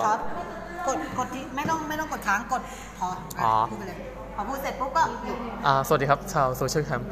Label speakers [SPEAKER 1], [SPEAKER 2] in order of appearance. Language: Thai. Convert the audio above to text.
[SPEAKER 1] ครับ กดกดที่ไม่ต้องไม่ต้องกดค้างกดพออ่ะ
[SPEAKER 2] อ๋อ
[SPEAKER 1] พูดไปเลยพอพูดเสร็จปุ๊บก็หยุด
[SPEAKER 2] อ่าสวัสดีครับ ชาวโซเชียลแคมป์